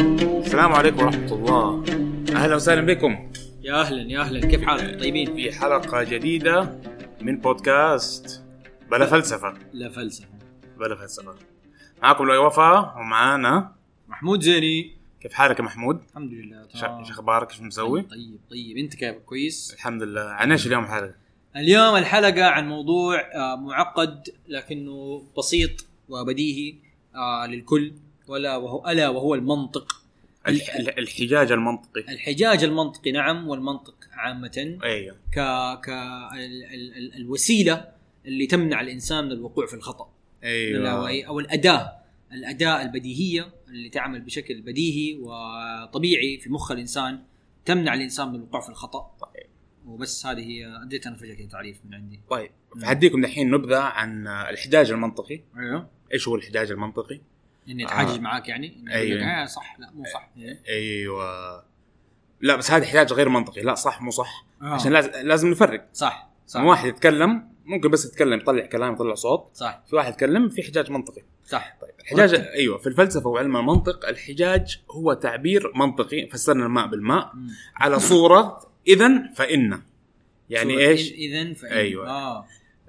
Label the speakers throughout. Speaker 1: السلام عليكم ورحمة الله أهلا وسهلا بكم
Speaker 2: يا اهلا يا اهلا كيف حالك طيبين
Speaker 1: في حلقة جديدة من بودكاست بلا فلسفة
Speaker 2: لا فلسفه
Speaker 1: بلا فلسفة معاكم لؤي وفاء ومعانا
Speaker 2: محمود زيني
Speaker 1: كيف حالك يا محمود؟
Speaker 2: الحمد لله
Speaker 1: إيش-
Speaker 2: تمام.
Speaker 1: ايش اخبارك؟ ايش مسوي؟
Speaker 2: طيب طيب انت كيف كويس
Speaker 1: الحمد لله عن ايش اليوم حلقة؟
Speaker 2: اليوم الحلقه عن موضوع آه، معقد لكنه بسيط وبديهي آه، للكل ولا وهو الا وهو المنطق
Speaker 1: الح- الح- الحجاج المنطقي
Speaker 2: الحجاج المنطقي نعم والمنطق عامه
Speaker 1: ايوه
Speaker 2: ك ك ال... ال... ال... الوسيله اللي تمنع الانسان من الوقوع في الخطا
Speaker 1: ايوه
Speaker 2: اللاوعي او الاداه الاداه البديهيه اللي تعمل بشكل بديهي وطبيعي في مخ الانسان تمنع الانسان من الوقوع في الخطا
Speaker 1: طيب.
Speaker 2: وبس هذه هي اديت انا فجاه كده تعريف من عندي
Speaker 1: طيب هديكم دحين نبذة عن الحجاج المنطقي
Speaker 2: ايوه
Speaker 1: ايش هو الحجاج المنطقي؟
Speaker 2: اني اتحاجج
Speaker 1: آه.
Speaker 2: معاك يعني إني أقول
Speaker 1: أيوة. إيه.
Speaker 2: لك، آه صح لا مو صح
Speaker 1: ايوه لا بس هذا احتياج غير منطقي لا صح مو صح
Speaker 2: آه.
Speaker 1: عشان لازم لازم نفرق
Speaker 2: صح صح
Speaker 1: صح. واحد يتكلم ممكن بس يتكلم يطلع كلام يطلع صوت
Speaker 2: صح
Speaker 1: في واحد يتكلم في احتجاج منطقي
Speaker 2: صح
Speaker 1: طيب الحجاج
Speaker 2: مرتب.
Speaker 1: ايوه في الفلسفه وعلم المنطق الحجاج هو تعبير منطقي فسرنا الماء بالماء
Speaker 2: مم.
Speaker 1: على صوره اذا فان يعني
Speaker 2: صورة
Speaker 1: ايش
Speaker 2: إذ- اذا فإن-
Speaker 1: أيوة.
Speaker 2: آه.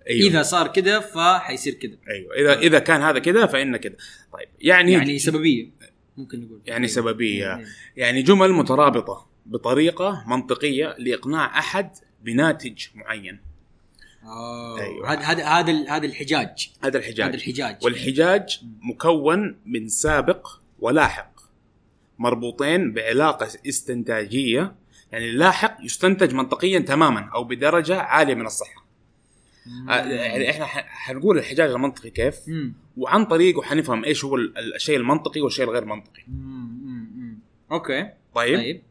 Speaker 1: أيوه.
Speaker 2: اذا صار كده فحيصير كده
Speaker 1: ايوه اذا اذا كان هذا كذا فان كذا طيب يعني
Speaker 2: يعني سببيه ممكن نقول
Speaker 1: يعني سببيه
Speaker 2: أيوة.
Speaker 1: يعني جمل مترابطه بطريقه منطقيه لاقناع احد بناتج معين
Speaker 2: آه.
Speaker 1: أيوة.
Speaker 2: أيوة. هذا هذا هذا ال- هذا الحجاج
Speaker 1: هذا
Speaker 2: هذا
Speaker 1: الحجاج
Speaker 2: الحجاج
Speaker 1: والحجاج مكون من سابق ولاحق مربوطين بعلاقة استنتاجية يعني اللاحق يستنتج منطقيا تماما أو بدرجة عالية من الصحة آه، يعني احنا ح- حنقول الحجاج المنطقي كيف
Speaker 2: مم.
Speaker 1: وعن طريقه حنفهم ايش هو ال- ال- الشيء المنطقي والشيء الغير منطقي
Speaker 2: مم، مم، مم. اوكي
Speaker 1: طيب, طيب.
Speaker 2: طيب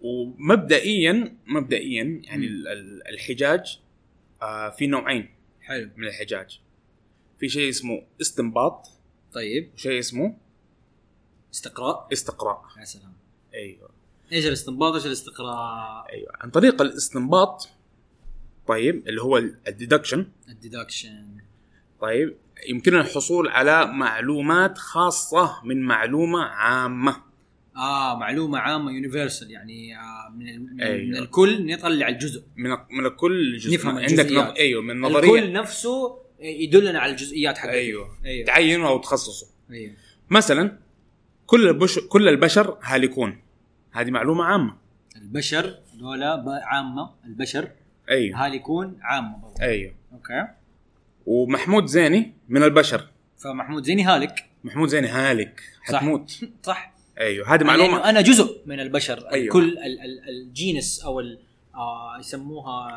Speaker 1: ومبدئيا مبدئيا يعني
Speaker 2: مم.
Speaker 1: ال- ال- الحجاج آه، في نوعين
Speaker 2: حلو
Speaker 1: من الحجاج في شيء اسمه استنباط
Speaker 2: طيب
Speaker 1: وشيء اسمه
Speaker 2: استقراء
Speaker 1: استقراء
Speaker 2: يا سلام
Speaker 1: ايوه
Speaker 2: ايش الاستنباط ايش الاستقراء
Speaker 1: ايوه عن طريق الاستنباط طيب اللي هو الديدكشن
Speaker 2: الديدكشن
Speaker 1: طيب يمكننا الحصول على معلومات خاصة من معلومة عامة
Speaker 2: اه معلومه عامه يونيفرسال يعني آه من, ال... من,
Speaker 1: أيوة.
Speaker 2: من الكل نطلع الجزء
Speaker 1: من من كل جزء
Speaker 2: نفهم
Speaker 1: عندك
Speaker 2: الجزئيات.
Speaker 1: نظ... ايوه من
Speaker 2: الكل
Speaker 1: نظرية
Speaker 2: نفسه يدلنا على الجزئيات حقته
Speaker 1: ايوه
Speaker 2: ايوه
Speaker 1: تعينه او تخصصه
Speaker 2: ايوه
Speaker 1: مثلا كل البش... كل البشر هالكون هذه معلومة عامة
Speaker 2: البشر دولة ب- عامة البشر
Speaker 1: ايوه
Speaker 2: هالكون عامة برضه
Speaker 1: ايوه
Speaker 2: اوكي
Speaker 1: ومحمود زيني من البشر
Speaker 2: فمحمود زيني هالك
Speaker 1: محمود زيني هالك
Speaker 2: صح. يعني
Speaker 1: حتموت
Speaker 2: صح
Speaker 1: ايوه هذه
Speaker 2: معلومة
Speaker 1: معلومة
Speaker 2: لأنه أنا جزء من البشر
Speaker 1: أيوه.
Speaker 2: أيوه. كل ال- ال- الجينس أو ال- آه يسموها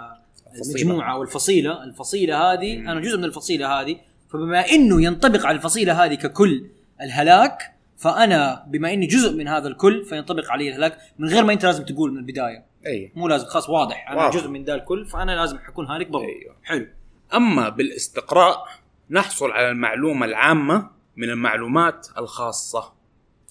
Speaker 1: الفصيلة.
Speaker 2: المجموعة أو الفصيلة الفصيلة هذه
Speaker 1: مم.
Speaker 2: أنا جزء من الفصيلة هذه فبما أنه ينطبق على الفصيلة هذه ككل الهلاك فأنا بما أني جزء من هذا الكل فينطبق علي الهلاك من غير ما أنت لازم تقول من البداية
Speaker 1: ايوه
Speaker 2: مو لازم خلاص واضح أنا
Speaker 1: واضح.
Speaker 2: واضح. جزء من ذا الكل فأنا لازم حكون هالك برضه
Speaker 1: أيوه.
Speaker 2: حلو
Speaker 1: أما بالاستقراء نحصل على المعلومة العامة من المعلومات الخاصة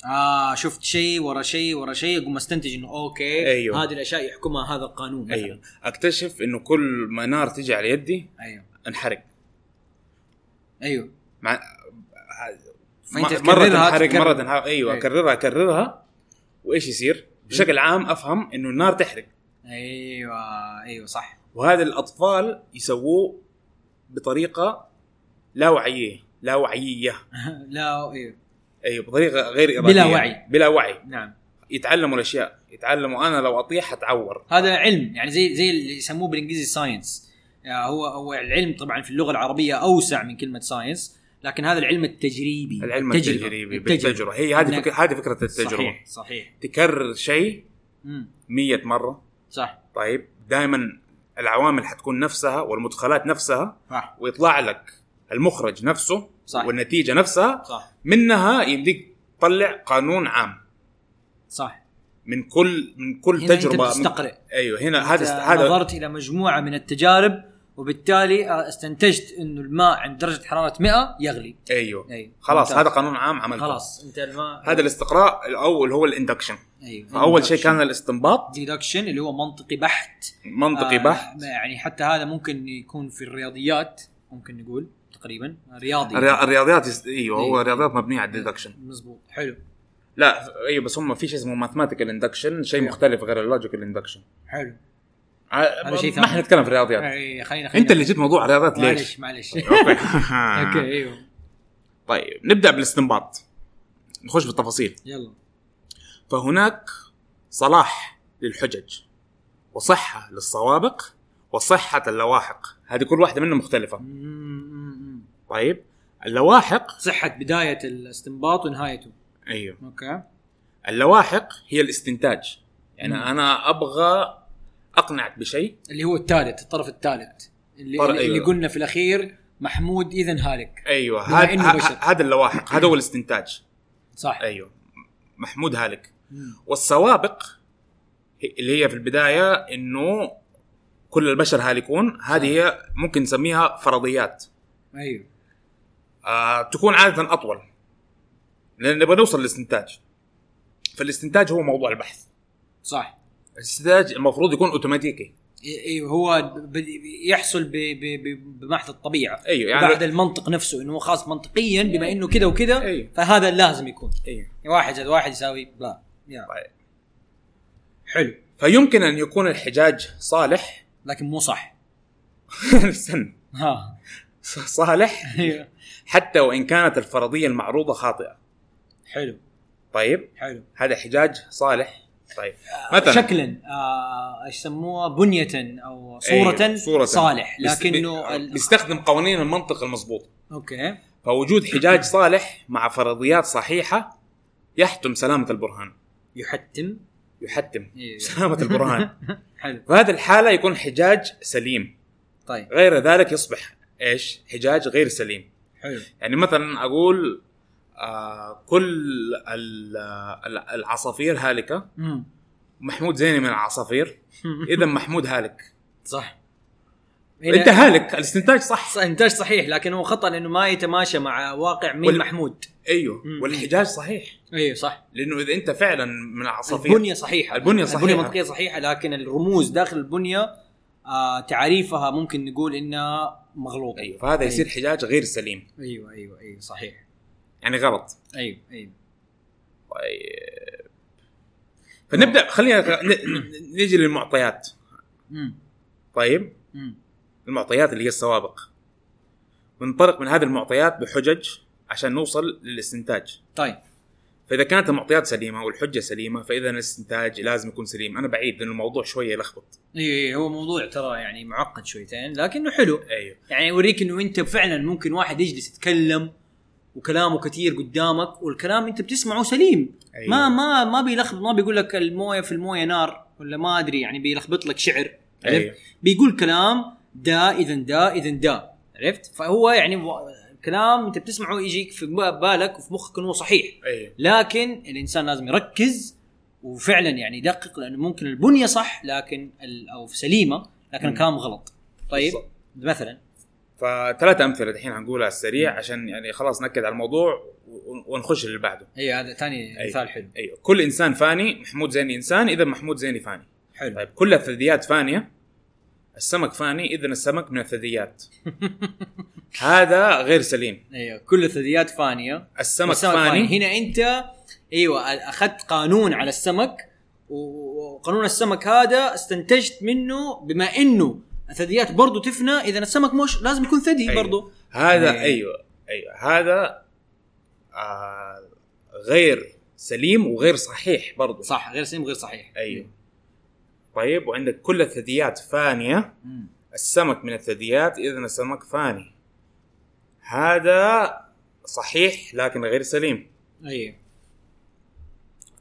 Speaker 2: آه شفت شيء ورا شيء ورا شيء أقوم أستنتج أنه أوكي
Speaker 1: أيوه.
Speaker 2: هذه الأشياء يحكمها هذا القانون مثلاً.
Speaker 1: أيوه أكتشف إنه كل ما نار تجي على يدي
Speaker 2: أيوه
Speaker 1: انحرق
Speaker 2: أيوه
Speaker 1: مع...
Speaker 2: فأنت
Speaker 1: م- مرة
Speaker 2: تكررها،
Speaker 1: تنحرق
Speaker 2: تكرر.
Speaker 1: مرة تنحرق أيوه
Speaker 2: أيوه.
Speaker 1: أكررها أكررها وإيش يصير؟ بشكل
Speaker 2: إيه.
Speaker 1: عام أفهم إنه النار تحرق
Speaker 2: ايوه ايوه صح
Speaker 1: وهذا الأطفال يسووه بطريقة لا وعية لا وعيية
Speaker 2: لا ايوه
Speaker 1: أيوه بطريقة غير إرادية
Speaker 2: بلا وعي.
Speaker 1: بلا وعي
Speaker 2: نعم
Speaker 1: يتعلموا الأشياء يتعلموا أنا لو أطيح حتعور
Speaker 2: هذا علم يعني زي زي اللي يسموه بالانجليزي ساينس هو هو العلم طبعا في اللغه العربيه اوسع من كلمه ساينس لكن هذا العلم التجريبي
Speaker 1: العلم
Speaker 2: التجربة.
Speaker 1: التجريبي
Speaker 2: التجربة.
Speaker 1: بالتجربه هي هذه
Speaker 2: إنك-
Speaker 1: فكرة هذه فكره التجربه صحيح.
Speaker 2: صحيح صحيح
Speaker 1: تكرر شيء
Speaker 2: امم
Speaker 1: 100 مره
Speaker 2: صح
Speaker 1: طيب دائما العوامل حتكون نفسها والمدخلات نفسها
Speaker 2: صح
Speaker 1: ويطلع لك المخرج نفسه
Speaker 2: صح.
Speaker 1: والنتيجه نفسها
Speaker 2: صح
Speaker 1: منها يمديك تطلع قانون عام
Speaker 2: صح
Speaker 1: من كل من كل
Speaker 2: هنا أنت
Speaker 1: تجربه
Speaker 2: بتستقرئ.
Speaker 1: من... ايوه هنا
Speaker 2: هذا
Speaker 1: هذا هذا
Speaker 2: نظرت الى مجموعه من التجارب وبالتالي آه، استنتجت انه الماء عند درجه حراره 100 يغلي
Speaker 1: ايوه
Speaker 2: أيوه.
Speaker 1: خلاص
Speaker 2: ممتاز.
Speaker 1: هذا قانون عام عملته
Speaker 2: خلاص انت الماء
Speaker 1: هذا الاستقراء الاول هو الاندكشن
Speaker 2: ايوه
Speaker 1: فاول شيء كان الاستنباط
Speaker 2: ديدكشن اللي هو منطقي بحت
Speaker 1: منطقي
Speaker 2: آه،
Speaker 1: بحت
Speaker 2: يعني حتى هذا ممكن يكون في الرياضيات ممكن نقول تقريبا رياضي
Speaker 1: الريا- الرياضيات يس- ايوه هو
Speaker 2: إيه.
Speaker 1: الرياضيات مبنيه على الديدكشن
Speaker 2: مزبوط حلو
Speaker 1: لا ايوه بس هم في شيء اسمه ماثماتيكال اندكشن شيء
Speaker 2: أيوه.
Speaker 1: مختلف غير اللوجيكال اندكشن
Speaker 2: حلو هذا
Speaker 1: هذا
Speaker 2: شيء
Speaker 1: شيء
Speaker 2: ثاني. إيه.
Speaker 1: ما حنتكلم في الرياضيات
Speaker 2: اي خلينا خلينا
Speaker 1: انت اللي جبت موضوع الرياضيات ليش؟
Speaker 2: معلش معلش
Speaker 1: أوكي.
Speaker 2: اوكي ايوه
Speaker 1: طيب نبدا بالاستنباط نخش في التفاصيل
Speaker 2: يلا
Speaker 1: فهناك صلاح للحجج وصحه للصوابق وصحه اللواحق هذه كل واحده منهم مختلفه
Speaker 2: أمم.
Speaker 1: طيب اللواحق
Speaker 2: صحة بداية الاستنباط ونهايته
Speaker 1: ايوه
Speaker 2: اوكي
Speaker 1: اللواحق هي الاستنتاج يعني
Speaker 2: مم.
Speaker 1: انا ابغى اقنعك بشيء
Speaker 2: اللي هو الثالث الطرف الثالث اللي,
Speaker 1: طر-
Speaker 2: اللي
Speaker 1: أيوة.
Speaker 2: قلنا في الاخير محمود اذا هالك
Speaker 1: ايوه
Speaker 2: بما
Speaker 1: هذا
Speaker 2: إنه بشر.
Speaker 1: هذا اللواحق هذا هو الاستنتاج
Speaker 2: صح
Speaker 1: ايوه محمود هالك
Speaker 2: مم.
Speaker 1: أيوة. والسوابق اللي هي في البدايه انه كل البشر هالكون هذه هي ممكن نسميها فرضيات
Speaker 2: ايوه
Speaker 1: آه تكون عاده اطول لان نبغى نوصل للاستنتاج فالاستنتاج هو موضوع البحث
Speaker 2: صح
Speaker 1: الاستنتاج المفروض يكون اوتوماتيكي
Speaker 2: إي- ايوه هو ب- يحصل ب- ب- ب- بمحض الطبيعه
Speaker 1: ايوه
Speaker 2: يعني بعد
Speaker 1: يعني
Speaker 2: المنطق نفسه انه هو خلاص منطقيا بما انه كذا وكذا
Speaker 1: أيوه.
Speaker 2: فهذا لازم يكون يعني
Speaker 1: أيوه.
Speaker 2: واحد زائد واحد يساوي لا يا.
Speaker 1: طيب.
Speaker 2: حلو
Speaker 1: فيمكن ان يكون الحجاج صالح
Speaker 2: لكن مو صح
Speaker 1: استنى
Speaker 2: ها
Speaker 1: صالح
Speaker 2: ايوه
Speaker 1: حتى وان كانت الفرضيه المعروضه خاطئه
Speaker 2: حلو
Speaker 1: طيب
Speaker 2: حلو
Speaker 1: هذا حجاج صالح طيب
Speaker 2: مثلا
Speaker 1: مثلا
Speaker 2: شكلا آه، ايش يسموها بنيه او إيه، صورة,
Speaker 1: أيوه، صورة
Speaker 2: صالح
Speaker 1: بس-
Speaker 2: لكنه
Speaker 1: بي-
Speaker 2: ال...
Speaker 1: بيستخدم قوانين المنطق المضبوط
Speaker 2: اوكي
Speaker 1: فوجود حجاج صالح مع فرضيات صحيحة يحتم سلامة البرهان
Speaker 2: يحتم
Speaker 1: يحتم
Speaker 2: إيه.
Speaker 1: سلامة البرهان
Speaker 2: حلو
Speaker 1: فهذه الحالة يكون حجاج سليم
Speaker 2: طيب
Speaker 1: غير ذلك يصبح ايش حجاج غير سليم
Speaker 2: حلو
Speaker 1: يعني مثلا اقول آه كل ال- ال- العصافير هالكة
Speaker 2: مم.
Speaker 1: محمود زيني من العصافير اذا محمود هالك
Speaker 2: صح
Speaker 1: انت هالك الاستنتاج صح
Speaker 2: ص- انتاج صحيح لكن هو خطا لانه ما يتماشى مع واقع مين
Speaker 1: وال-
Speaker 2: محمود
Speaker 1: ايوه
Speaker 2: مم.
Speaker 1: والحجاج صحيح
Speaker 2: ايوه صح
Speaker 1: لانه اذا انت فعلا من العصافير
Speaker 2: البنيه صحيحه
Speaker 1: البنية
Speaker 2: البنيه
Speaker 1: صحيحة.
Speaker 2: منطقيه صحيحه لكن الرموز داخل البنيه آه تعريفها ممكن نقول انها مغلوطه
Speaker 1: ايوه فهذا يصير حجاج غير سليم
Speaker 2: ايوه ايوه ايوه صحيح
Speaker 1: يعني غلط
Speaker 2: ايوه ايوه
Speaker 1: طيب فنبدا خلينا ن- ن- نيجي للمعطيات
Speaker 2: مم.
Speaker 1: طيب
Speaker 2: مم.
Speaker 1: المعطيات اللي هي السوابق وننطلق من هذه المعطيات بحجج عشان نوصل للاستنتاج
Speaker 2: طيب
Speaker 1: فاذا كانت المعطيات سليمه والحجه سليمه فاذا الاستنتاج لازم يكون سليم انا بعيد لان الموضوع شويه يلخبط
Speaker 2: ايوه ايوه هو موضوع ترى يعني معقد شويتين لكنه حلو
Speaker 1: ايوه
Speaker 2: يعني يوريك انه انت فعلا ممكن واحد يجلس يتكلم وكلامه كثير قدامك والكلام انت بتسمعه سليم
Speaker 1: أيوة.
Speaker 2: ما ما ما بيلخبط ما بيقول لك المويه في المويه نار ولا ما ادري يعني بيلخبط لك شعر عرفت
Speaker 1: أيوة.
Speaker 2: بيقول كلام دا اذا دا اذا دا عرفت فهو يعني و... كلام انت بتسمعه يجيك في ب- بالك وفي مخك انه صحيح
Speaker 1: ايوه
Speaker 2: لكن الانسان لازم يركز وفعلا يعني يدقق لانه ممكن البنيه صح لكن ال... او سليمه لكن
Speaker 1: مم.
Speaker 2: الكلام غلط طيب
Speaker 1: بالضبط.
Speaker 2: مثلا
Speaker 1: فثلاثة امثله الحين هنقولها على السريع عشان يعني خلاص ناكد على الموضوع و- ونخش للي بعده
Speaker 2: اي إيه، هذا ثاني
Speaker 1: أيوة.
Speaker 2: مثال حلو
Speaker 1: ايوه كل انسان فاني محمود زيني انسان اذا محمود زيني فاني
Speaker 2: حلو
Speaker 1: طيب كل الثدييات فانيه السمك فاني اذا السمك من الثدييات هذا غير سليم
Speaker 2: ايوه كل الثدييات فانيه
Speaker 1: السمك,
Speaker 2: والسمك
Speaker 1: فاني, فاني.
Speaker 2: هنا انت ايوه اخذت قانون على السمك و- وقانون السمك هذا استنتجت منه بما انه الثدييات برضو تفنى اذا السمك مش لازم يكون ثدي
Speaker 1: أيوة.
Speaker 2: برضو
Speaker 1: هذا
Speaker 2: إيه.
Speaker 1: ايوه ايوه, أيوة. هذا آه غير سليم وغير صحيح برضو
Speaker 2: صح غير سليم غير صحيح
Speaker 1: ايوه طيب وعندك كل الثدييات فانيه
Speaker 2: مم.
Speaker 1: السمك من الثدييات اذا السمك فاني هذا صحيح لكن غير سليم
Speaker 2: ايوه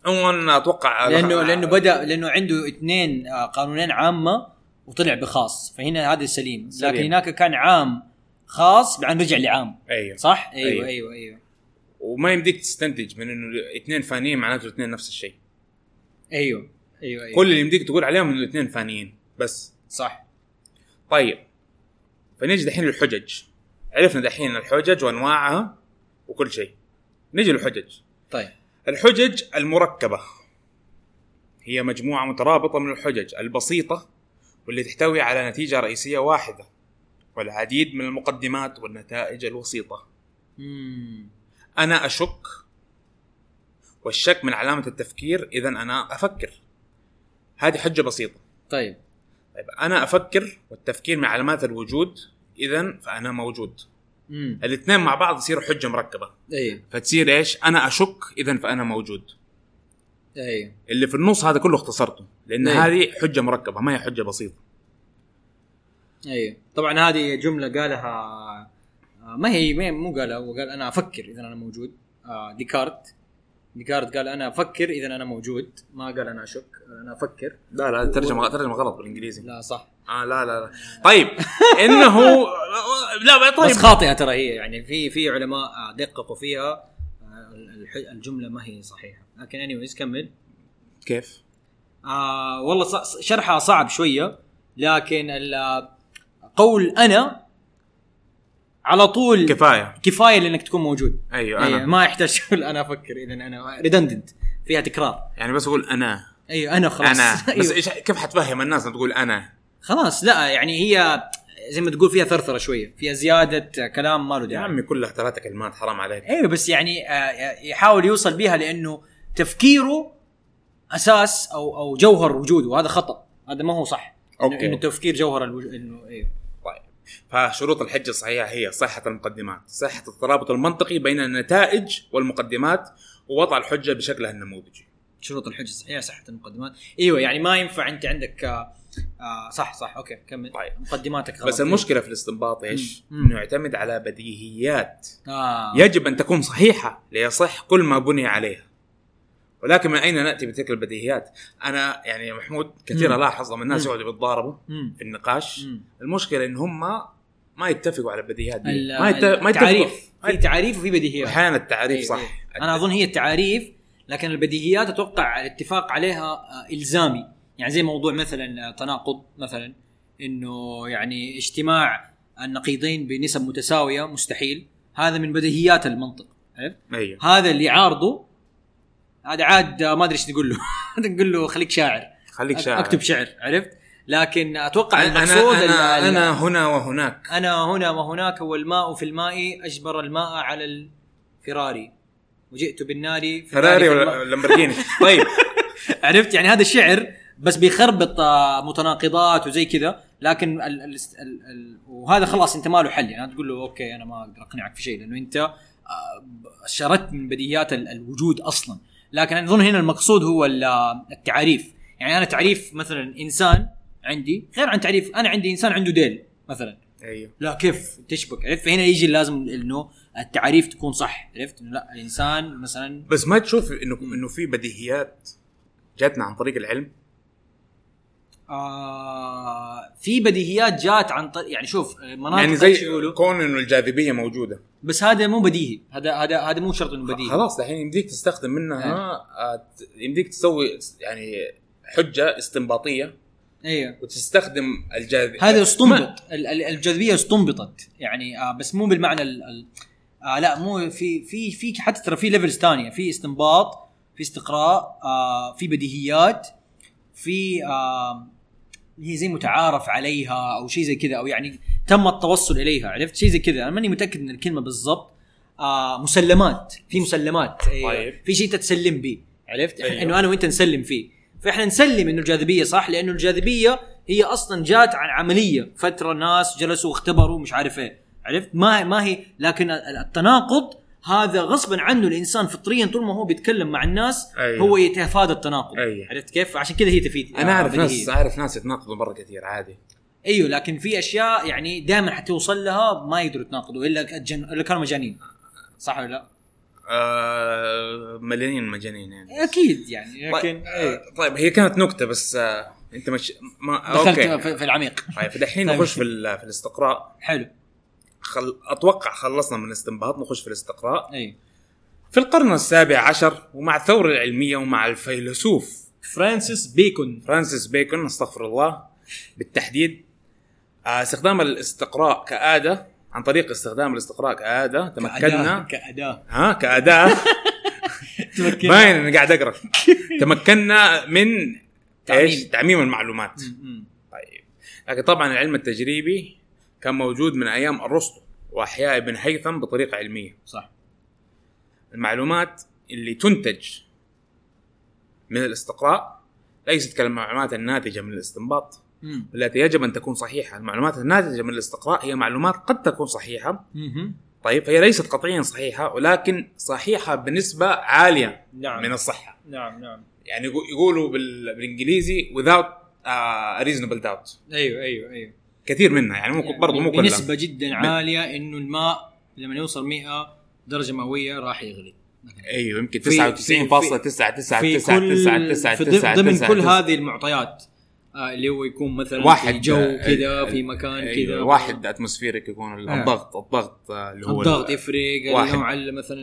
Speaker 1: عموما اتوقع
Speaker 2: لانه لانه بدا لانه عنده اثنين آه، قانونين عامه وطلع بخاص فهنا هذا سليم لكن
Speaker 1: سليم.
Speaker 2: هناك كان عام خاص بعدين رجع لعام
Speaker 1: ايوه
Speaker 2: صح؟ ايوه
Speaker 1: أيوة.
Speaker 2: ايوه ايوه
Speaker 1: وما يمديك تستنتج من انه اثنين فانيين معناته الاثنين نفس الشيء
Speaker 2: ايوه ايوه, أيوة.
Speaker 1: كل اللي يمديك تقول عليهم انه الاثنين فانيين بس
Speaker 2: صح
Speaker 1: طيب فنيجي دحين للحجج عرفنا دحين الحجج وانواعها وكل شيء نيجي للحجج
Speaker 2: طيب
Speaker 1: الحجج المركبة هي مجموعة مترابطة من الحجج البسيطة واللي تحتوي على نتيجة رئيسية واحدة والعديد من المقدمات والنتائج الوسيطة
Speaker 2: مم.
Speaker 1: أنا أشك والشك من علامه التفكير اذا انا افكر هذه حجه بسيطه
Speaker 2: طيب
Speaker 1: طيب انا افكر والتفكير من علامات الوجود اذا فانا موجود
Speaker 2: امم
Speaker 1: الاثنين مع بعض يصيروا حجه مركبه
Speaker 2: اي
Speaker 1: فتصير ايش انا اشك اذا فانا موجود
Speaker 2: اي
Speaker 1: اللي في النص هذا كله اختصرته لان
Speaker 2: إيه.
Speaker 1: هذه حجه مركبه ما هي حجه بسيطه
Speaker 2: اي طبعا إيه. هذه جمله قالها آه، ما هي ما هي- مو قالها هو قال انا افكر اذا انا موجود آه، ديكارت ديكارت قال انا افكر اذا انا موجود ما قال انا اشك انا افكر
Speaker 1: لا لا ترجمه ترجمه غلط بالانجليزي
Speaker 2: لا صح
Speaker 1: اه لا لا, لا. طيب انه لا طيب
Speaker 2: بس خاطئه ترى هي يعني في في علماء آه، دققوا فيها آه، الح- الجمله ما هي صحيحه لكن اني كمل
Speaker 1: كيف؟
Speaker 2: آه والله ص- شرحها صعب شويه لكن ال- قول انا على طول
Speaker 1: كفايه
Speaker 2: كفايه لانك تكون موجود
Speaker 1: ايوه
Speaker 2: أيوة
Speaker 1: انا
Speaker 2: ما يحتاج شغل انا افكر اذا انا ريدندنت فيها تكرار
Speaker 1: يعني بس اقول انا
Speaker 2: ايوه انا خلاص
Speaker 1: انا بس
Speaker 2: أيوة.
Speaker 1: ايش كيف حتفهم الناس لما تقول انا؟
Speaker 2: خلاص لا يعني هي زي ما تقول فيها ثرثره شويه فيها زياده كلام ما له
Speaker 1: يا
Speaker 2: داعي
Speaker 1: عمي كلها ثلاثة كلمات حرام عليك
Speaker 2: ايوه بس يعني آه، يحاول يوصل بيها لانه تفكيره اساس او او جوهر وجوده وهذا خطا هذا ما هو صح إنه-
Speaker 1: أوكي.
Speaker 2: انه التفكير جوهر الوجود انه ايوه
Speaker 1: طيب. فشروط الحجة الصحيحة هي صحة المقدمات صحة الترابط المنطقي بين النتائج والمقدمات ووضع الحجة بشكلها النموذجي
Speaker 2: شروط الحجه الصحيحه صحه المقدمات ايوه يعني ما ينفع انت عندك آه آه صح صح اوكي كمل
Speaker 1: طيب.
Speaker 2: مقدماتك غلط
Speaker 1: بس المشكلة في الاستنباط ايش؟
Speaker 2: مم. مم.
Speaker 1: انه يعتمد على بديهيات
Speaker 2: آه.
Speaker 1: يجب ان تكون صحيحه ليصح كل ما بني عليها ولكن من اين ناتي بتلك البديهيات؟ انا يعني يا محمود كثير
Speaker 2: مم.
Speaker 1: الاحظ لما الناس
Speaker 2: مم.
Speaker 1: يقعدوا يتضاربوا
Speaker 2: مم.
Speaker 1: في النقاش
Speaker 2: مم.
Speaker 1: المشكله ان هم ما يتفقوا على البديهيات دي
Speaker 2: ال-
Speaker 1: ما يت- ما يتفقوا
Speaker 2: التعريف في تعريف وفي بديهيات
Speaker 1: احيانا التعريف
Speaker 2: إيه،
Speaker 1: صح
Speaker 2: إيه. انا اظن هي التعاريف لكن البديهيات اتوقع الاتفاق عليها آه، الزامي يعني زي موضوع مثلا آه، تناقض مثلا انه يعني اجتماع النقيضين بنسب متساويه مستحيل هذا من بديهيات المنطق عرفت؟
Speaker 1: ايوه
Speaker 2: هذا اللي يعارضه هذا عاد آه، ما ادري ايش تقول له تقول له خليك شاعر
Speaker 1: خليك شاعر
Speaker 2: اكتب شعر عرفت لكن اتوقع
Speaker 1: انا
Speaker 2: المقصود ال-
Speaker 1: انا,
Speaker 2: ال-
Speaker 1: أنا هنا وهناك
Speaker 2: أنا هنا وهناك والماء في الماء أجبر الماء على الفراري وجئت بالنار في
Speaker 1: فيراري
Speaker 2: النار في
Speaker 1: ولا لامبرجيني طيب
Speaker 2: الماء. عرفت يعني هذا الشعر بس بيخربط آه، متناقضات وزي كذا لكن ال ال ال ال وهذا خلاص انت ما له حل يعني تقول له اوكي انا ما اقدر اقنعك في شيء لانه انت آه، ب- شردت من بديهيات ال- الوجود اصلا لكن انا اظن هنا المقصود هو ال- التعريف يعني انا تعريف مثلا انسان عندي غير عن تعريف انا عندي انسان عنده ديل مثلا
Speaker 1: ايوه
Speaker 2: لا كيف تشبك عرفت فهنا يجي لازم انه التعريف تكون صح عرفت انه لا الانسان مثلا
Speaker 1: بس ما تشوف انه انه في بديهيات جاتنا عن طريق العلم
Speaker 2: آه في بديهيات جات عن طريق يعني شوف مناطق
Speaker 1: يعني زي
Speaker 2: إيش يقولوا
Speaker 1: كون انه الجاذبيه موجوده
Speaker 2: بس هذا مو بديهي هذا هذا هذا مو شرط انه بديهي إيه.
Speaker 1: خلاص الحين يمديك تستخدم منها آه، ت- يمديك تسوي يعني حجه استنباطيه
Speaker 2: ايوه
Speaker 1: وتستخدم الجاذب
Speaker 2: هذا استنبط ال- ال- الجاذبيه استنبطت يعني آه بس مو بالمعنى ال ال آه لا مو في في في حتى ترى في ليفلز ثانيه في استنباط في استقراء آه في بديهيات في آه هي زي متعارف عليها او شيء زي كذا او يعني تم التوصل اليها عرفت شيء زي كذا انا ماني متاكد من الكلمه بالضبط آه مسلمات في مسلمات إيه،
Speaker 1: طيب.
Speaker 2: في شيء انت تسلم به عرفت
Speaker 1: أيوه.
Speaker 2: أيوه. انه انا وانت نسلم فيه فاحنا نسلم انه الجاذبيه صح لانه الجاذبيه هي اصلا جات عن عمليه فتره ناس جلسوا واختبروا مش عارف ايه عرفت ما ما هي لكن ال- التناقض هذا غصبا عنه الانسان فطريا طول ما هو بيتكلم مع الناس
Speaker 1: أيوه.
Speaker 2: هو يتفادى التناقض
Speaker 1: أيوه.
Speaker 2: عرفت كيف عشان كذا هي تفيد آه،
Speaker 1: انا اعرف
Speaker 2: بديهية.
Speaker 1: ناس اعرف ناس يتناقضوا مره كثير عادي
Speaker 2: ايوه لكن في اشياء يعني دائما حتوصل لها ما يقدروا يتناقضوا الا الجن... الا كانوا مجانين صح ولا لا؟
Speaker 1: آه مليانين مجانين يعني
Speaker 2: اكيد يعني لكن
Speaker 1: طيب,
Speaker 2: إيه.
Speaker 1: آه طيب هي كانت نكته بس آه انت مش ما
Speaker 2: دخلت
Speaker 1: اوكي
Speaker 2: في- في العميق
Speaker 1: طيب فدحين
Speaker 2: طيب.
Speaker 1: نخش في ال- في الاستقراء
Speaker 2: حلو
Speaker 1: خل... اتوقع خلصنا من الاستنباط نخش في الاستقراء
Speaker 2: اي
Speaker 1: في القرن السابع عشر ومع الثوره العلميه ومع الفيلسوف
Speaker 2: فرانسيس بيكون
Speaker 1: فرانسيس بيكون استغفر الله بالتحديد آه، استخدام الاستقراء كعادة عن طريق استخدام الاستقراء كعادة تمكنا
Speaker 2: كاداه
Speaker 1: ها كأداة
Speaker 2: تمكنا
Speaker 1: باين اني قاعد اقرا تمكنا من
Speaker 2: تعميم.
Speaker 1: ايش؟ تعميم المعلومات
Speaker 2: أمم.
Speaker 1: طيب لكن طبعا العلم التجريبي كان موجود من ايام ارسطو واحياء ابن هيثم بطريقة علمية
Speaker 2: صح
Speaker 1: المعلومات اللي تنتج من الاستقراء ليست كالمعلومات الناتجه من الاستنباط
Speaker 2: مم.
Speaker 1: التي يجب ان تكون صحيحه، المعلومات الناتجه من الاستقراء هي معلومات قد تكون صحيحه،
Speaker 2: مهم.
Speaker 1: طيب فهي ليست قطعيا صحيحه ولكن صحيحه بنسبه عاليه
Speaker 2: نعم
Speaker 1: من الصحه،
Speaker 2: نعم نعم
Speaker 1: يعني يقو- يقولوا بال- بالانجليزي without uh, reasonable doubt
Speaker 2: ايوه ايوه ايوه
Speaker 1: كثير منها يعني مو برضه مو كلها
Speaker 2: نسبة جدا عالية انه الماء لما يوصل 100 درجة مئوية راح يغلي
Speaker 1: ايوه يمكن 99.9999999
Speaker 2: في- في كل في ضمن- ضمن كل هذه المعطيات آه، اللي هو يكون مثلا
Speaker 1: واحد-
Speaker 2: في جو كذا
Speaker 1: أيوة.
Speaker 2: في مكان
Speaker 1: أيوة،
Speaker 2: كذا
Speaker 1: واحد اتموسفيرك يكون ال-
Speaker 2: آه.
Speaker 1: الضغط الضغط آه، اللي هو
Speaker 2: الضغط
Speaker 1: ال-
Speaker 2: يفرق
Speaker 1: واحد.
Speaker 2: نوع ال- مثلا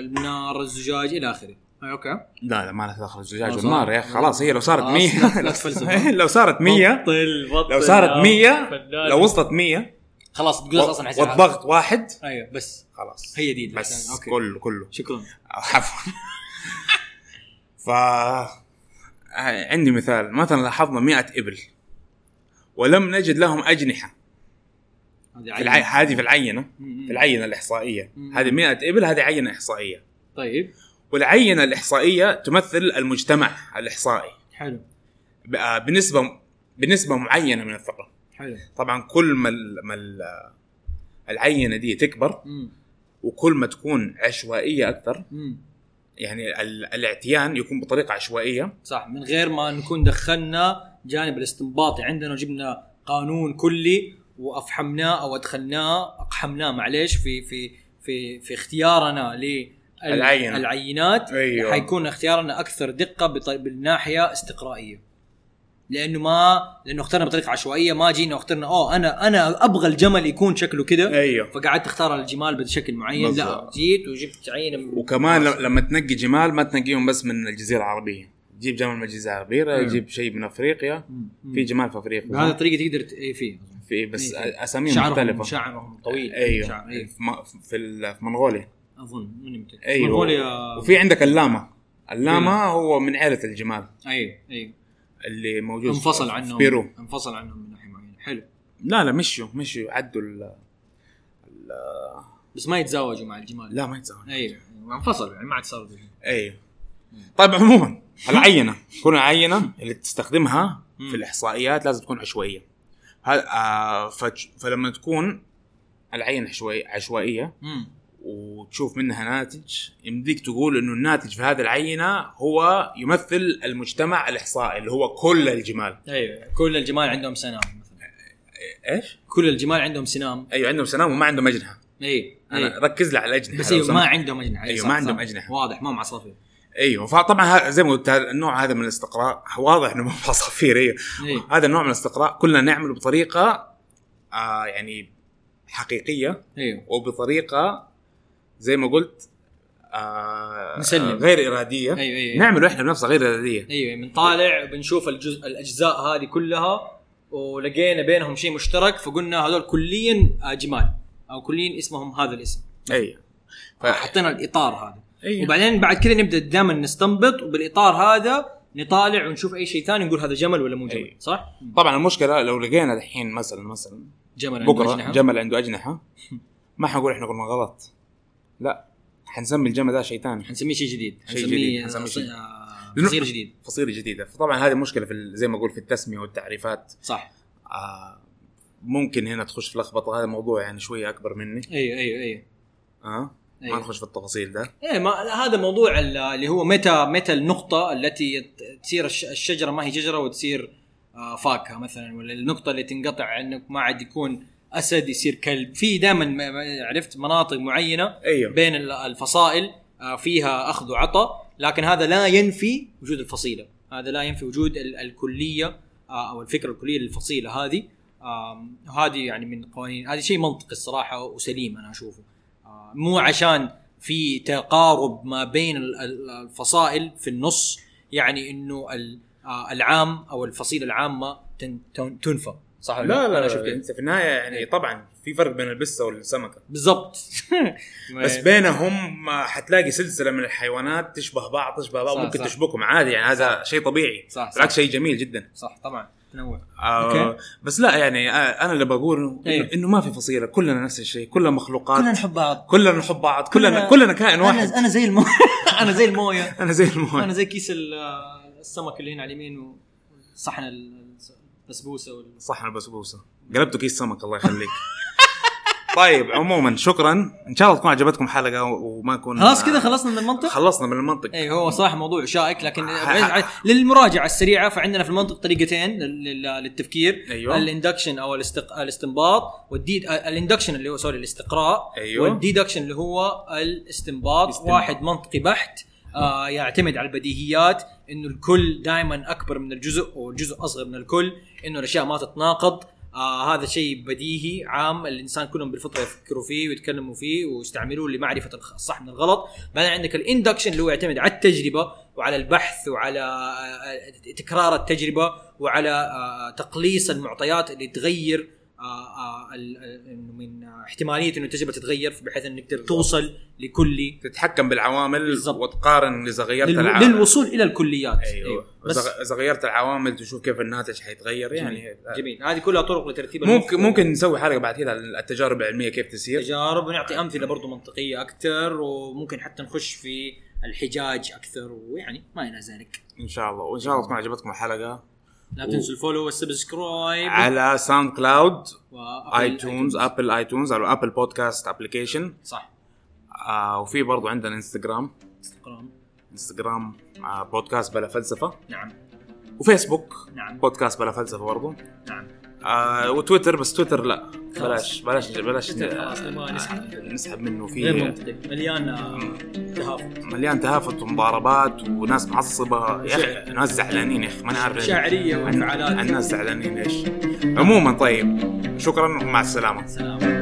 Speaker 2: النار الزجاج الى اخره آه، اوكي
Speaker 1: لا لا ما لها دخل الزجاج
Speaker 2: آه،
Speaker 1: والنار
Speaker 2: صح.
Speaker 1: يا اخي خلاص هي لو صارت
Speaker 2: آه،
Speaker 1: 100
Speaker 2: لا- لا تفلسف.
Speaker 1: لو صارت 100
Speaker 2: بطل بطل
Speaker 1: لو صارت
Speaker 2: يا
Speaker 1: 100
Speaker 2: فنان.
Speaker 1: لو وصلت 100
Speaker 2: خلاص تقول اصلا عشان
Speaker 1: والضغط واحد
Speaker 2: ايوه بس
Speaker 1: خلاص
Speaker 2: هي دي اللي
Speaker 1: بس
Speaker 2: عشان- أوكي.
Speaker 1: كله كله
Speaker 2: شكرا
Speaker 1: عفوا ف عندي مثال مثلا لاحظنا 100 ابل ولم نجد لهم اجنحه
Speaker 2: هذه
Speaker 1: في
Speaker 2: عينة.
Speaker 1: العي... هذه في العينه
Speaker 2: م- م.
Speaker 1: في العينه الاحصائيه
Speaker 2: مم.
Speaker 1: هذه 100 ابل هذه عينه احصائيه
Speaker 2: طيب
Speaker 1: والعينه الاحصائيه تمثل المجتمع الاحصائي
Speaker 2: حلو
Speaker 1: ب- آه، بنسبه بنسبه معينه من الثقه
Speaker 2: حلو
Speaker 1: طبعا كل ما ال... ما ال... آه، العينه دي تكبر
Speaker 2: مم.
Speaker 1: وكل ما تكون عشوائيه اكثر
Speaker 2: مم.
Speaker 1: يعني ال... الاعتيان يكون بطريقه عشوائيه
Speaker 2: صح من غير ما نكون دخلنا جانب الاستنباطي عندنا وجبنا قانون كلي وافحمناه او ادخلناه اقحمناه معليش في في في في اختيارنا ل
Speaker 1: العينة.
Speaker 2: العينات
Speaker 1: أيوة.
Speaker 2: حيكون اختيارنا اكثر دقه بط- بالناحيه استقرائيه لانه ما لانه اخترنا بطريقه عشوائيه ما جينا واخترنا اوه انا انا ابغى الجمل يكون شكله كذا
Speaker 1: ايوه
Speaker 2: فقعدت تختار الجمال بشكل معين لا
Speaker 1: بالضبط.
Speaker 2: جيت وجبت عينه
Speaker 1: وكمان ل- لما تنقي جمال ما تنقيهم بس من الجزيره العربيه جيب جمال من الجزيره العربيه
Speaker 2: أيوة.
Speaker 1: جيب شيء من افريقيا
Speaker 2: مم.
Speaker 1: في جمال في افريقيا
Speaker 2: بهذه الطريقه تقدر ت- اي فيه
Speaker 1: في بس
Speaker 2: إيه.
Speaker 1: اساميهم
Speaker 2: شعرهم
Speaker 1: مختلفه
Speaker 2: شعرهم طويل
Speaker 1: ايوه
Speaker 2: شعر
Speaker 1: في,
Speaker 2: ايوه
Speaker 1: م- في, ال- في منغوليا
Speaker 2: اظن من يمكن
Speaker 1: أيوه.
Speaker 2: منغوليا
Speaker 1: وفي عندك اللاما اللاما
Speaker 2: إيه.
Speaker 1: هو من عائله الجمال
Speaker 2: ايوه ايوه
Speaker 1: اللي موجود
Speaker 2: انفصل
Speaker 1: في
Speaker 2: عنهم
Speaker 1: بيرو
Speaker 2: انفصل عنهم من ناحيه معينه حلو
Speaker 1: لا لا مشوا مشوا عدوا ال-
Speaker 2: بس ما يتزاوجوا مع الجمال
Speaker 1: لا ما يتساوي
Speaker 2: ايوه أيوه. انفصلوا يعني ما عاد صاروا زي-
Speaker 1: ايوه طيب عموما العينه تكون العينه اللي تستخدمها في الاحصائيات لازم تكون عشوائيه هل آه فج- فلما تكون العينه عشوائي عشوائيه
Speaker 2: مم.
Speaker 1: وتشوف منها ناتج يمديك تقول انه الناتج في هذه العينه هو يمثل المجتمع الاحصائي اللي هو كل الجمال
Speaker 2: ايوه كل الجمال عندهم سنام مثلا
Speaker 1: ايش؟
Speaker 2: كل الجمال عندهم سنام
Speaker 1: ايوه عندهم سنام وما عندهم اجنحه
Speaker 2: اي
Speaker 1: انا
Speaker 2: أيوه.
Speaker 1: ركز لي على الاجنحه
Speaker 2: بس
Speaker 1: لو
Speaker 2: ايوه ما
Speaker 1: سمحت.
Speaker 2: عندهم اجنحه أيوة،
Speaker 1: أيوه،
Speaker 2: صح،
Speaker 1: ما عندهم
Speaker 2: صح.
Speaker 1: أجنحة.
Speaker 2: واضح ما هم عصافير
Speaker 1: ايوه فطبعا ه- زي ما قلت هذا- النوع هذا من الاستقراء واضح انه ما هو عصافير ايوه
Speaker 2: ايوه
Speaker 1: هذا النوع من الاستقراء كلنا نعمله بطريقه آه يعني حقيقيه
Speaker 2: ايوه
Speaker 1: وبطريقه زي ما قلت آه
Speaker 2: نسلم.
Speaker 1: غير اراديه
Speaker 2: أيوة، أيوة.
Speaker 1: نعمله احنا بنفسنا غير اراديه
Speaker 2: ايوه بنطالع بنشوف الجزء الاجزاء هذه كلها ولقينا بينهم شيء مشترك فقلنا هذول كليا آه، جمال او كليا اسمهم هذا الاسم
Speaker 1: ايوه ف...
Speaker 2: حطينا الاطار هذا
Speaker 1: أيوه.
Speaker 2: وبعدين بعد كذا نبدا دائما نستنبط وبالاطار هذا نطالع ونشوف اي شيء ثاني نقول هذا جمل ولا مو جمل
Speaker 1: أيوه.
Speaker 2: صح؟
Speaker 1: طبعا المشكله لو لقينا الحين مثلا مثلا
Speaker 2: جمل عنده
Speaker 1: بكره
Speaker 2: أجنحة.
Speaker 1: جمل عنده اجنحه ما حنقول احنا قلنا غلط لا حنسمي الجمل ده شيء ثاني
Speaker 2: حنسميه شيء جديد
Speaker 1: شيء جديد،
Speaker 2: حنسميه
Speaker 1: حنسميه
Speaker 2: ص-
Speaker 1: شيء.
Speaker 2: آه،
Speaker 1: لأنه-
Speaker 2: صغير جديد
Speaker 1: فصيله جديده فطبعا هذه مشكله في ال- زي ما اقول في التسميه والتعريفات
Speaker 2: صح
Speaker 1: آه ممكن هنا تخش في لخبطه هذا موضوع يعني شويه اكبر مني
Speaker 2: ايوه
Speaker 1: أيوه،
Speaker 2: ايوه ايوه
Speaker 1: اه
Speaker 2: أيوة.
Speaker 1: ما نخش في التفاصيل ده
Speaker 2: ايه ما لا، هذا موضوع ال- اللي هو متى متى النقطة التي ت- تصير الش- الشجرة ما هي شجرة وتصير آه، فاكهة مثلا ولا النقطة اللي تنقطع انك ما عاد يكون اسد يصير كلب في دائما عرفت مناطق معينة
Speaker 1: ايوه
Speaker 2: بين ال- الفصائل آه، فيها اخذ وعطاء لكن هذا لا ينفي وجود الفصيله هذا لا ينفي وجود ال- الكليه آه، او الفكره الكليه للفصيله هذه آم، هذه يعني من قوانين هذا شيء منطقي الصراحه وسليم انا اشوفه آه، مو عشان في تقارب ما بين ال- ال- الفصائل في النص يعني انه ال- آه، العام او الفصيله العامه تن- تن- تنفى صح ولا
Speaker 1: لا
Speaker 2: أنا
Speaker 1: لا
Speaker 2: أشوف
Speaker 1: شوف
Speaker 2: كده. أيوه.
Speaker 1: انت في النهايه يعني طبعا في فرق بين البسه والسمكه
Speaker 2: بالضبط
Speaker 1: بس
Speaker 2: أيوه.
Speaker 1: بينهم ما حتلاقي سلسله من الحيوانات تشبه بعض تشبه بعض
Speaker 2: صح،
Speaker 1: ممكن
Speaker 2: صح.
Speaker 1: تشبهكم عادي يعني هذا شيء طبيعي
Speaker 2: صح، صح.
Speaker 1: بالعكس شيء جميل جدا
Speaker 2: صح طبعا تنوع
Speaker 1: آه
Speaker 2: أوكي.
Speaker 1: بس لا يعني آه، انا اللي بقول
Speaker 2: أيوه.
Speaker 1: إنه, انه ما في فصيله كلنا نفس الشيء كلنا مخلوقات
Speaker 2: كلنا نحب بعض
Speaker 1: كلنا نحب بعض كلنا
Speaker 2: كلنا-
Speaker 1: كلنا كائن آه، واحد
Speaker 2: انا انا زي المويه انا زي المويه
Speaker 1: انا زي المهم
Speaker 2: انا زي كيس ال- السمك اللي هنا على اليمين والصحن ال- البسبوسه وال...
Speaker 1: صحن البسبوسه قلبته كيس سمك الله يخليك طيب عموما شكرا ان شاء الله تكون عجبتكم حلقه وما كنا
Speaker 2: خلاص إيه. كذا خلصنا من المنطق
Speaker 1: خلصنا من المنطق
Speaker 2: اي هو صراحه موضوع شائك لكن
Speaker 1: ح-
Speaker 2: للمراجعه السريعه فعندنا في المنطق طريقتين لل- لل- للتفكير
Speaker 1: أيوه.
Speaker 2: الاندكشن او الاستق... الاستنباط والدي الاندكشن اللي هو سوري الاستقراء
Speaker 1: أيوه.
Speaker 2: والديدكشن اللي هو الاستنباط
Speaker 1: الاستنباط.
Speaker 2: واحد منطقي بحت آه يعتمد على البديهيات انه الكل دائما اكبر من الجزء والجزء اصغر من الكل انه الاشياء ما تتناقض آه هذا شيء بديهي عام الانسان كلهم بالفطره يفكروا فيه ويتكلموا فيه ويستعملوه لمعرفه الخ- الصح من الغلط بعدين عندك الاندكشن اللي هو يعتمد على التجربه وعلى البحث وعلى آه، تكرار التجربه وعلى آه، تقليص المعطيات اللي تغير آه، آه، ال- ال- إنه من احتماليه انه التجربه تتغير بحيث انك تقدر توصل لكل
Speaker 1: تتحكم بالعوامل
Speaker 2: بالضبط.
Speaker 1: وتقارن اذا غيرت
Speaker 2: للو-
Speaker 1: العوامل
Speaker 2: للوصول الى الكليات إيه.
Speaker 1: ايوه
Speaker 2: بس
Speaker 1: اذا إذا غيرت العوامل تشوف كيف الناتج حيتغير يعني
Speaker 2: جميل هذه كلها طرق لترتيب
Speaker 1: ممكن
Speaker 2: المفهوم.
Speaker 1: ممكن نسوي حلقه بعد كذا عن التجارب العلميه كيف تصير
Speaker 2: تجارب ونعطي امثله برضو منطقيه اكثر وممكن حتى نخش في الحجاج اكثر ويعني ما الى ذلك
Speaker 1: ان شاء الله وان شاء الله تكون عجبتكم الحلقه
Speaker 2: لا تنسوا الفولو والسبسكرايب
Speaker 1: على ساوند كلاود
Speaker 2: وأبل-
Speaker 1: ايتونز ابل ايتونز او ابل بودكاست ابلكيشن
Speaker 2: صح
Speaker 1: آه وفي برضو عندنا انستغرام
Speaker 2: انستغرام
Speaker 1: انستغرام آه بودكاست بلا فلسفه
Speaker 2: نعم
Speaker 1: وفيسبوك
Speaker 2: نعم
Speaker 1: بودكاست بلا فلسفه برضو
Speaker 2: نعم
Speaker 1: آه وتويتر بس تويتر لا بلاش
Speaker 2: خلاص.
Speaker 1: بلاش بلاش إيه.
Speaker 2: تويتر خلاص، نبغى نسحب.
Speaker 1: نسحب منه
Speaker 2: غير
Speaker 1: فيه
Speaker 2: منطقي مليان آه، تهافت
Speaker 1: مليان تهافت ومضاربات وناس معصبه يا اخي
Speaker 2: شعر.
Speaker 1: ناس زعلانين يا اخي ما انا عارف
Speaker 2: شاعريه
Speaker 1: عن-
Speaker 2: وانفعالات
Speaker 1: الناس زعلانين ليش عموما طيب شكرا ومع السلامه
Speaker 2: سلام